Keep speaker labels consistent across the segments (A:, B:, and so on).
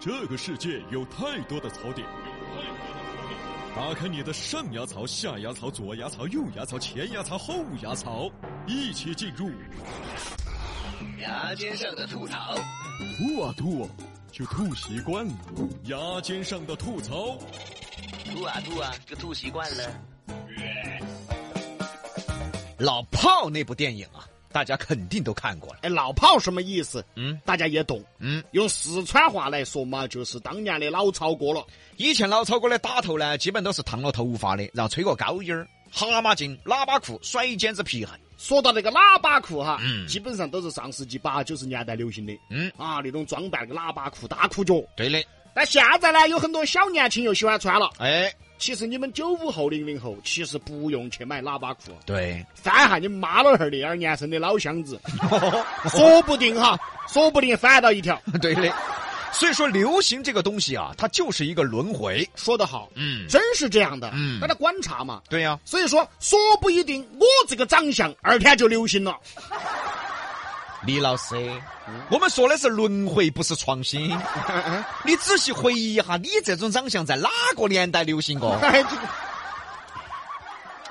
A: 这个世界有太多的槽点。打开你的上牙槽、下牙槽、左牙槽、右牙槽、前牙槽、后牙槽，一起进入
B: 牙尖上的吐槽，
A: 吐啊吐，就吐习惯了。牙尖上的吐槽，
B: 吐啊吐啊，就吐习惯了。
C: 老炮那部电影啊，大家肯定都看过了。
D: 哎，老炮什么意思？
C: 嗯，
D: 大家也懂。
C: 嗯，
D: 用四川话来说嘛，就是当年的老超哥了。
C: 以前老超哥的打头呢，基本都是烫了头发的，然后吹个高音儿，蛤蟆镜、喇叭裤、甩剪子皮鞋。
D: 说到那个喇叭裤哈，
C: 嗯
D: 基本上都是上世纪八九十年代流行的。
C: 嗯
D: 啊，那种装扮那个喇叭裤、大裤脚。
C: 对的，
D: 但现在呢，有很多小年轻又喜欢穿了。
C: 哎，
D: 其实你们九五后、零零后，其实不用去买喇叭裤，
C: 对，
D: 翻下你妈老汉儿那二年生的老箱子，说不定哈，说不定翻到一条。
C: 对的。所以说，流行这个东西啊，它就是一个轮回。
D: 说得好，
C: 嗯
D: 真是这样的。
C: 嗯
D: 大家观察嘛。
C: 对呀、
D: 所以说，说不一定我这个长相二天就流行了。
C: 李老师，我们说的是轮回，不是创新。你仔细回忆一下，你这种长相在哪个年代流行 过？
D: 哎，这个，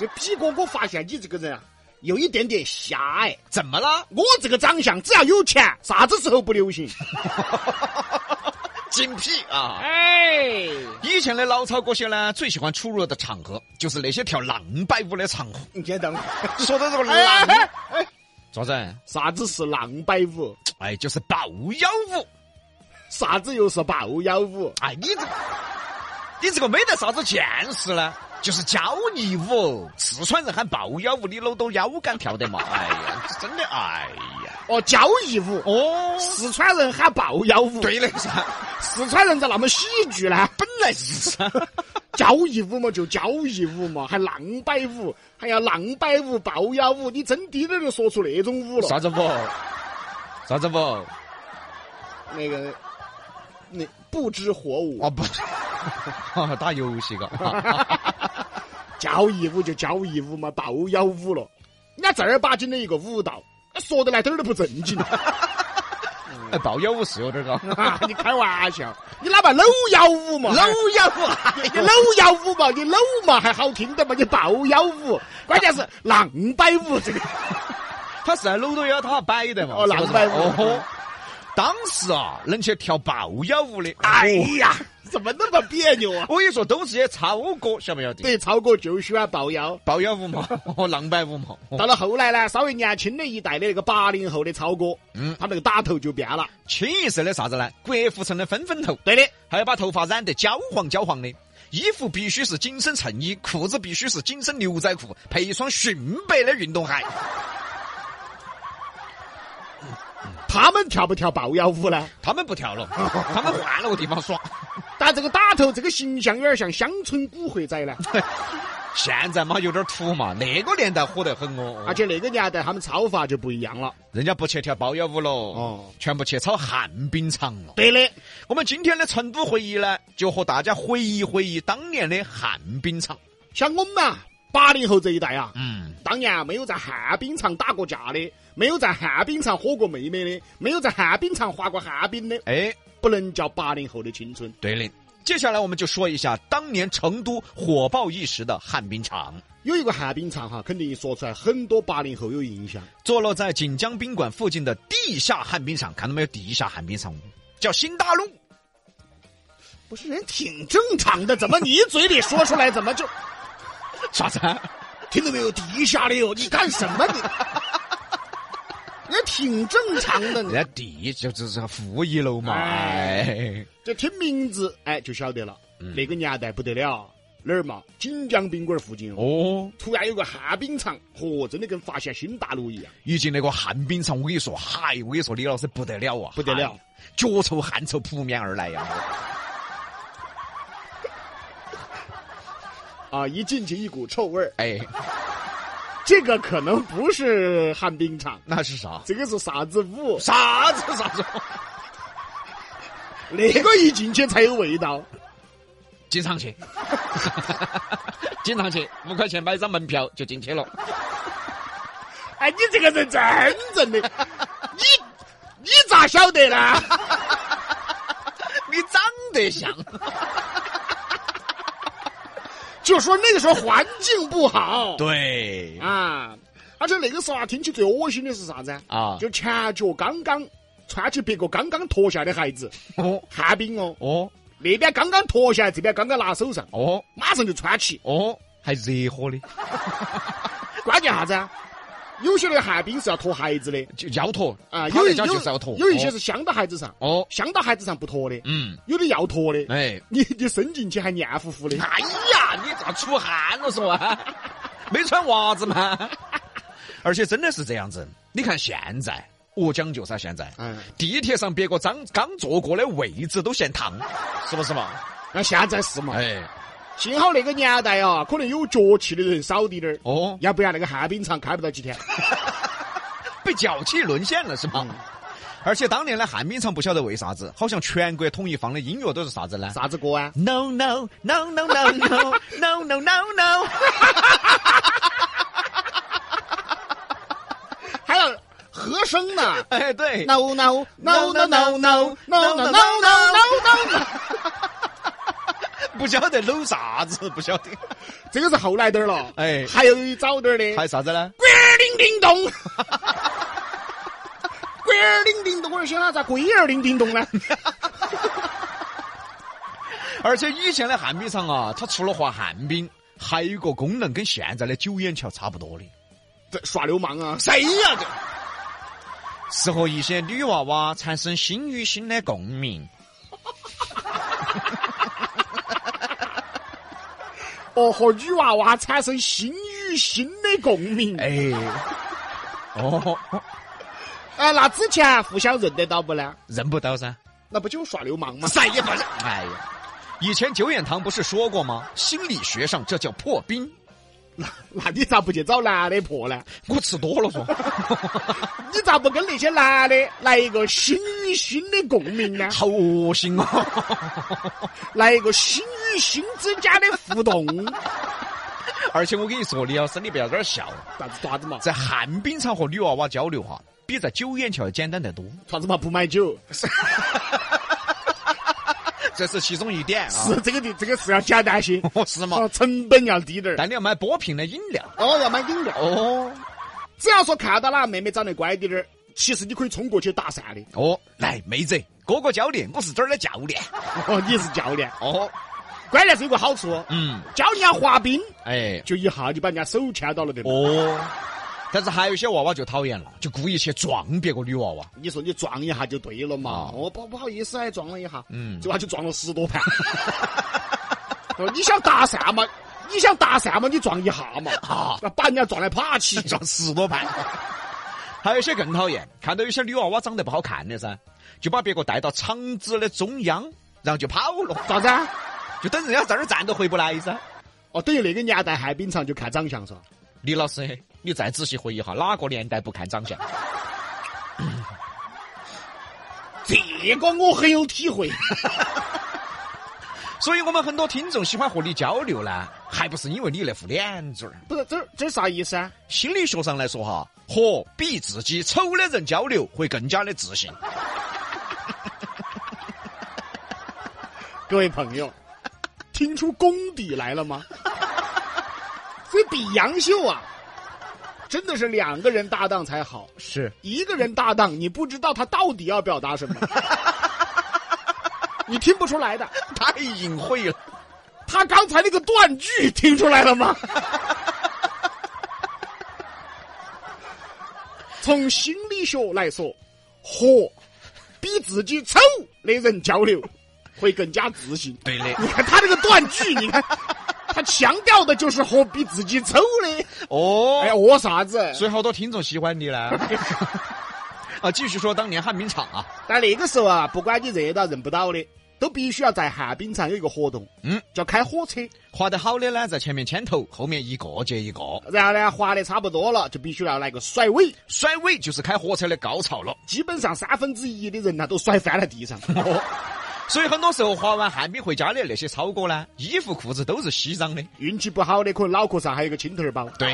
D: 这逼哥，我发现你这个人啊，有一点点狭隘。
C: 怎么了？
D: 我这个长相，只要有钱，啥子时候不流行？
C: 精辟啊！
D: 哎，
C: 以前的老超歌些呢，最喜欢出入的场合就是那些跳浪摆舞的场合。
D: 你先等会儿。
C: 说到这个
D: 哎
C: 浪，
D: 哎哎，
C: 咋子？
D: 啥子是浪摆舞？
C: 哎，就是抱腰舞。
D: 啥子又是抱腰舞？
C: 哎，你这，你这个没得啥子见识呢，就是交谊舞。四川人喊抱腰舞，你搂到腰杆跳的嘛？哎呀，真的，哎呀，
D: 哦，交谊舞。
C: 哦，
D: 四川人喊抱腰舞，
C: 对的噻，
D: 四川人咋那么喜剧呢？
C: 本来是噻。
D: 交谊舞嘛，就交谊舞嘛，还浪摆舞，还要浪摆舞、抱腰舞，你真滴点儿就说出那种舞了。
C: 啥子舞？啥子舞？
D: 那个，那不知火舞，
C: 哦不， 打游戏嘎。
D: 交谊舞就交谊舞嘛，抱腰舞了。人家正儿八经的一个舞蹈，说得来点儿都不正经
C: 哎，抱腰舞是有点儿高。
D: 啊！你开玩笑，你哪怕搂腰舞嘛，
C: 搂腰舞，哎
D: 你搂腰舞嘛，你搂嘛还好听点嘛，你抱腰舞，关键是浪摆舞这个。
C: 哦他是在搂到腰，他还摆的嘛？
D: 哦
C: 是不是
D: 浪摆舞
C: 哦吼，当时啊，能去跳抱腰舞的，
D: 哎呀，怎么那么别扭啊？
C: 我跟你说，都是些超哥，晓不晓得？
D: 对，超哥就喜欢抱腰。
C: 抱腰舞 嘛，哦，浪摆舞嘛，哦
D: 到了后来呢，稍微年轻的一代的那个八零后的超哥，
C: 嗯
D: 他那个打头就变了。
C: 清一色的啥子呢？郭富城的分分头，
D: 对的，
C: 还要把头发染得焦黄焦黄的，衣服必须是紧身衬衣，裤子必须是紧身牛仔裤，配一双迅白的运动鞋。
D: 哦他们跳不跳抱腰舞呢？
C: 他们不跳了，他们换了个地方 耍。
D: 但这个打头这个形象有点像乡村古惑仔呢，
C: 现在嘛，有点土嘛，那个年代火得很哦。
D: 而且那个年代他们操法就不一样了。
C: 人家不去跳包腰舞了，
D: 哦
C: 全部去炒旱冰场了。
D: 对的，
C: 我们今天的成都回忆呢，就和大家回忆回忆当年的旱冰场。
D: 像我们啊，八零后这一代啊，
C: 嗯，
D: 当年啊没有在旱冰场打过架的，没有在旱冰场喝过妹妹的，没有在旱冰场滑过旱冰的，
C: 哎，
D: 不能叫八零后的青春。
C: 对了，接下来我们就说一下当年成都火爆一时的旱冰场，
D: 有一个旱冰场哈，肯定一说出来，很多八零后有印象。
C: 坐落在锦江宾馆附近的地下旱冰场，看到没有？地下旱冰场叫新大陆。
D: 不是人挺正常的，怎么你嘴里说出来怎 么就
C: 啥子？
D: 听到没有？地下的哟，你干什么 你？人挺正常的，
C: 人
D: 你
C: 家地哎就就是负一楼嘛。哎
D: 哎，这听名字哎就晓得了，
C: 嗯
D: 那个年代不得了，哪儿嘛？锦江宾馆附近哦，
C: 哦，
D: 突然有个旱冰场，嚯，真的跟发现新大陆一样。
C: 一进那个旱冰场，我跟你说，嗨，我跟你说，李老师不得了啊，
D: 不得了
C: 嗨，脚臭汗臭扑面而来呀、
D: 啊！一进去一股臭味儿，
C: 哎，
D: 这个可能不是旱冰场，
C: 那是啥？
D: 这个是啥子舞？
C: 啥子啥子？
D: 那个一进去才有味道。
C: 经常去，经常去，五块钱买张门票就进去了。
D: 哎，你这个人真正的，你你咋晓得呢？
C: 你早得像。
D: 就说那个时候环境不好，
C: 对，
D: 啊，而且那个时候啊，听起最恶心的是啥子
C: 啊
D: 就前脚刚刚穿起别个刚刚脱下的孩子，
C: 哦
D: 旱冰哦，
C: 哦
D: 那边刚刚脱下来，这边刚刚拿手上，
C: 哦
D: 马上就穿起。
C: 哦，还热火的，
D: 关键啥子啊？有些那个旱冰是要脱孩子的
C: 就要脱
D: 啊，
C: 他
D: 有
C: 那
D: 一
C: 家
D: 有
C: 就是要脱，
D: 有一些
C: 哦
D: 是镶到孩子上，
C: 哦，
D: 镶到孩子上不脱的，
C: 嗯，
D: 有的要脱的。
C: 哎，
D: 你你伸进去还黏糊 糊的，
C: 哎呀，你咋出汗了说 啊？没穿袜子吗？ 而且真的是这样子，你看现在。我讲究噻，现在，
D: 嗯
C: 地铁上别个刚刚坐过的位置都嫌烫，是不是嘛？
D: 那现在是嘛？
C: 哎，
D: 幸好那个年代啊，可能有脚气的人少滴点儿，
C: 哦，
D: 要不然那个旱冰场开不到 几天。
C: 被脚气沦陷了是吗？而且当年呢，旱冰场不晓得为啥子，好像全国统一放的音乐都是啥子呢
D: 啥子歌啊？
C: ？No no no no no no no no no no，
D: 还有和声呢
C: 哎对，
D: ？No no
C: No,
D: no
C: no,
D: no
C: no, no,
D: no no no
C: no,
D: no
C: no,
D: no
C: no,
D: no no。
C: 不晓得搂啥子，不晓得，
D: 这个是后来点儿了，
C: 哎
D: 还有一早点儿的，
C: 还有啥子呢？
D: 鬼儿叮叮咚， 鬼儿叮叮咚，我说想啥子啊？龟儿叮叮咚呢？
C: 而且以前的旱冰场啊，它除了滑旱冰，还有一个功能跟现在的九眼桥差不多的，
D: 这耍流氓啊？谁呀、这
C: 是和一些女娃娃产生心与心的共鸣。
D: 哦，和女娃娃产生心与心的共鸣。哎，
C: 哎，哦，
D: 哎那之前啊互相认得到不呢？
C: 认不到噻。
D: 那不就耍流氓吗？
C: 再也不是。哎呀，以前九眼堂不是说过吗？心理学上这叫破冰。
D: 那你咋不去找男的破呢？
C: 我吃多了嗦，
D: 你咋不跟那些男的来一个心与心的共鸣呢？
C: 好恶心哦！
D: 来一个心与心之间的互动？
C: 而且我跟你说，李老师，你不要在这儿笑，
D: 啥子啥子嘛？
C: 在旱冰场和女娃娃交流哈，比在九眼桥要简单得多。
D: 啥子嘛？不买酒
C: 这是其中一点啊，
D: 是这个的，这个是要简单些，
C: 哦 是吗？
D: 哦，成本要低点儿。
C: 但你要买波瓶的饮料
D: 哦，要买饮料。
C: 哦
D: 只要说看到哪妹妹长得乖滴点儿，其实你可以冲过去搭讪的。
C: 哦，来妹子，哥哥教练，我是这儿的教练
D: 哦，你是教练，
C: 哦，
D: 关键是有个好处哦，
C: 嗯，
D: 教人家滑冰，
C: 哎
D: 就一下就把人家手牵到了，对吧？
C: 哦，但是还有一些娃娃就讨厌了，就故意去撞别个女娃娃。
D: 你说你撞一下就对了嘛
C: 啊？
D: 哦，不不好意思，还撞了一下，
C: 嗯
D: 最后就撞了十多盘。 哦，你想搭讪嘛？你想搭讪嘛？你撞一下嘛？
C: 啊，，
D: 把人家 撞来趴 起
C: 撞十多盘。还有一些更讨厌，看到有些女娃娃长得不好看的噻，就把别个带到场子的中央，然后就跑了，
D: 啥子啊？
C: 就等人家在那儿站都回不来噻。
D: 哦，等于那个年代旱冰场就看长相是吧？
C: 李老师，你再仔细回忆一下，哪个年代不看长相？
D: 这个我很有体会。
C: 所以我们很多听众喜欢和你交流呢，还不是因为你那副脸子儿。
D: 不是，这这啥意思啊？
C: 心理学上来说哈，和比自己丑的人交流会更加的自信。
D: 各位朋友，听出功底来了 吗？所以比洋秀啊，真的是两个人搭档才好，
C: 是，
D: 一个人搭档你不知道他到底要表达什么， 你听不出来的。
C: 太隐晦了。
D: 他刚才那个断句听出来了吗？ 从心理学来说，和比自己丑的人交流会更加自信。
C: 对的
D: 你看他这个断句，你看他强调的就是和比自己丑的。
C: 哦
D: 哎，我啥子？
C: 所以好多听众喜欢你 呢。啊，继续说当年旱冰场啊，
D: 但那个时候啊，不管你热到认不到的，都必须要在旱冰场有一个活动，
C: 嗯，
D: 叫开火车。
C: 滑得好的呢，在前面牵头，后面一个接一个，
D: 然后呢，滑的差不多了，就必须要来个甩尾。
C: 甩尾就是开火车的高潮了。
D: 基本上三分之一的人呢都摔翻在 地上。哦
C: 所以很多时候滑完旱冰回家的那些超哥呢，衣服裤子都是稀脏的。
D: 运气不好的，可能脑壳上还有个青头儿包。
C: 对，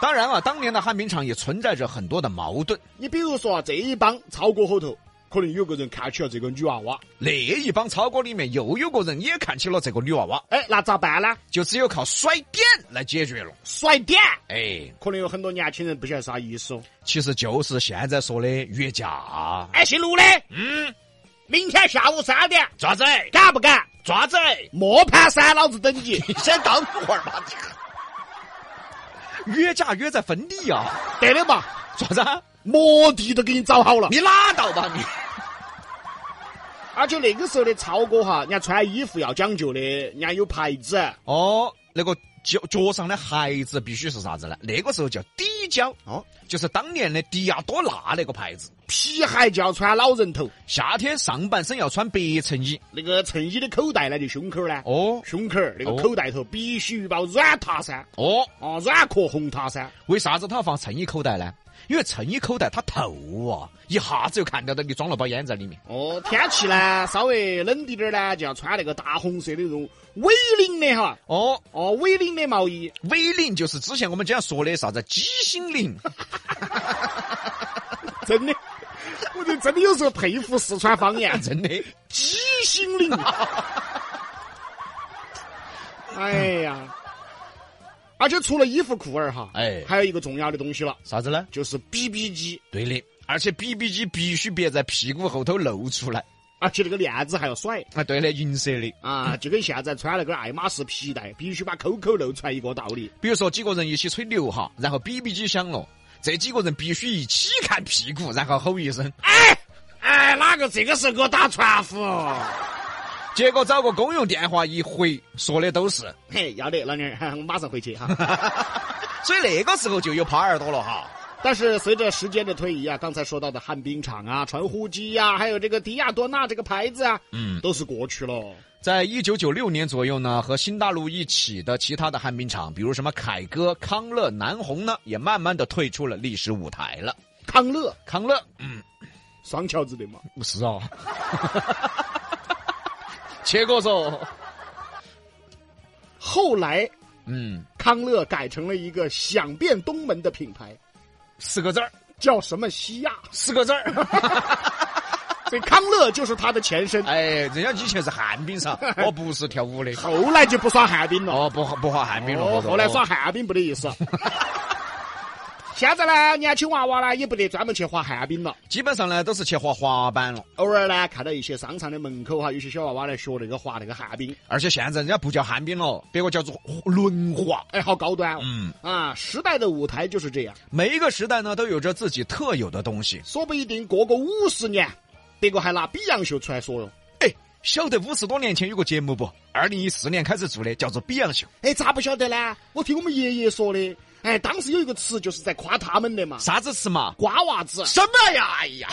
C: 当然啊，当年的旱冰场也存在着很多的矛盾。
D: 你比如说啊，这一帮超哥后头可能有个人看起了这个女娃娃，
C: 那一帮超哥里面又有个人也看起了这个女娃娃，
D: 哎，那咋办呢？
C: 就只有靠甩点来解决了。
D: 甩点。
C: 哎，
D: 可能有很多年轻人不晓得啥意思哦。
C: 其实就是现在说的啊约架。
D: 哎，姓卢的，
C: 嗯，
D: 明天下午三点，
C: 爪子，
D: 敢不敢？
C: 爪子，
D: 磨盘山，老子 等你。
C: 你先等会儿吧。约架约在坟地呀、啊，
D: 对的嘛，
C: 爪子，
D: 摩的都给你找好了。
C: 你拉倒吧你。
D: 而且那个时候的超哥哈，人家穿衣服要讲究的，人家有牌子。啊
C: 哦，那个脚脚上的鞋子必须是啥子呢？那个时候叫底胶，
D: 哦，
C: 就是当年的迪亚多纳那个牌子。
D: 皮鞋就要穿老人头，
C: 夏天上半身要穿白衬衣。
D: 那个衬衣的口袋呢，就胸口呢，
C: 哦
D: 胸口儿那个
C: 哦
D: 口袋头必须一包软塔山，
C: 哦，
D: 啊，软壳红塔山。
C: 为啥子他要放衬衣口袋呢？因为衬衣口袋它透啊，一下子就看到到你装了包烟在里面。
D: 哦，天气 呢稍微冷滴点儿呢，就要穿那个大红色的那种 V 领的哈，
C: 哦，
D: 哦 V 领的毛衣，
C: V 领就是之前我们经常说的啥子鸡心 领，
D: 真的，我就真的有时候佩服四川方言
C: 真的。
D: 鸡 心领。哎呀，而且除了衣服裤儿哈，
C: 哎
D: 还有一个重要的东西了，
C: 啥子呢？
D: 就是 BB 机，
C: 对的，而且 BB 机必须别在屁股后头露出来。
D: 而且那个链子还要甩。
C: 啊，对的，银色的。
D: 啊，就跟现在穿那个爱马仕皮带，必须把扣扣露出来一个道 理。
C: 比如说几个人一起吹牛哈，然后 BB 机响了，这几个人必须一起看屁股，然后吼一声。
D: 哎哎，哪个这个时候给我打船夫？
C: 结果找个公用电话一回，说的都是。
D: 嘿，要得，老娘儿， 我马上回去哈。
C: 所以那个时候就有耙耳朵了哈。
D: 但是随着时间的推移啊，刚才说到的旱冰场啊、传呼机呀、还有这个迪亚多纳这个牌子啊，
C: 嗯，
D: 都是过去了。
C: 在一九九六年左右呢，和新大陆一起的其他的旱冰场，比如什么凯歌、康乐、南红呢，也慢慢的退出了历史舞台了。
D: 康乐，
C: 康乐，嗯，
D: 双桥子的嘛，
C: 是 啊。切哥说，
D: 后来
C: 嗯，
D: 康乐改成了一个响遍东门的品牌，
C: 四个字儿，
D: 叫什么西亚，
C: 四个字儿。
D: 所以康乐就是它的前身。
C: 哎，人家以前是旱冰 场，我不是跳舞的。
D: 后来就不耍旱冰了。
C: 哦，不不滑旱冰了，
D: 哦，
C: 我说
D: 后来耍。旱冰不得意思。 现在呢，年轻娃娃呢也不得专门去滑旱冰了，
C: 基本上呢都是去滑滑板了，
D: 偶尔呢看到一些商场的门口哈，啊有些小娃娃来学那个滑那个旱冰，
C: 而且现在人家不叫旱冰了，别个叫做轮滑。
D: 哎，好高端哦。
C: 嗯，
D: 啊，时代的舞台就是这样，
C: 每一个时代呢都有着自己特有的东西。
D: 说不一定过个五十年，别个还拿比洋秀出来说哟。
C: 哎，晓得五十多年前有个节目不？二零一四年开始做的，叫做《比洋秀》。
D: 哎，咋不晓得呢？我听我们爷爷说的，哎，当时有一个词就是在夸他们的嘛，
C: 啥子词嘛？
D: 瓜娃子。
C: 什么呀？哎呀，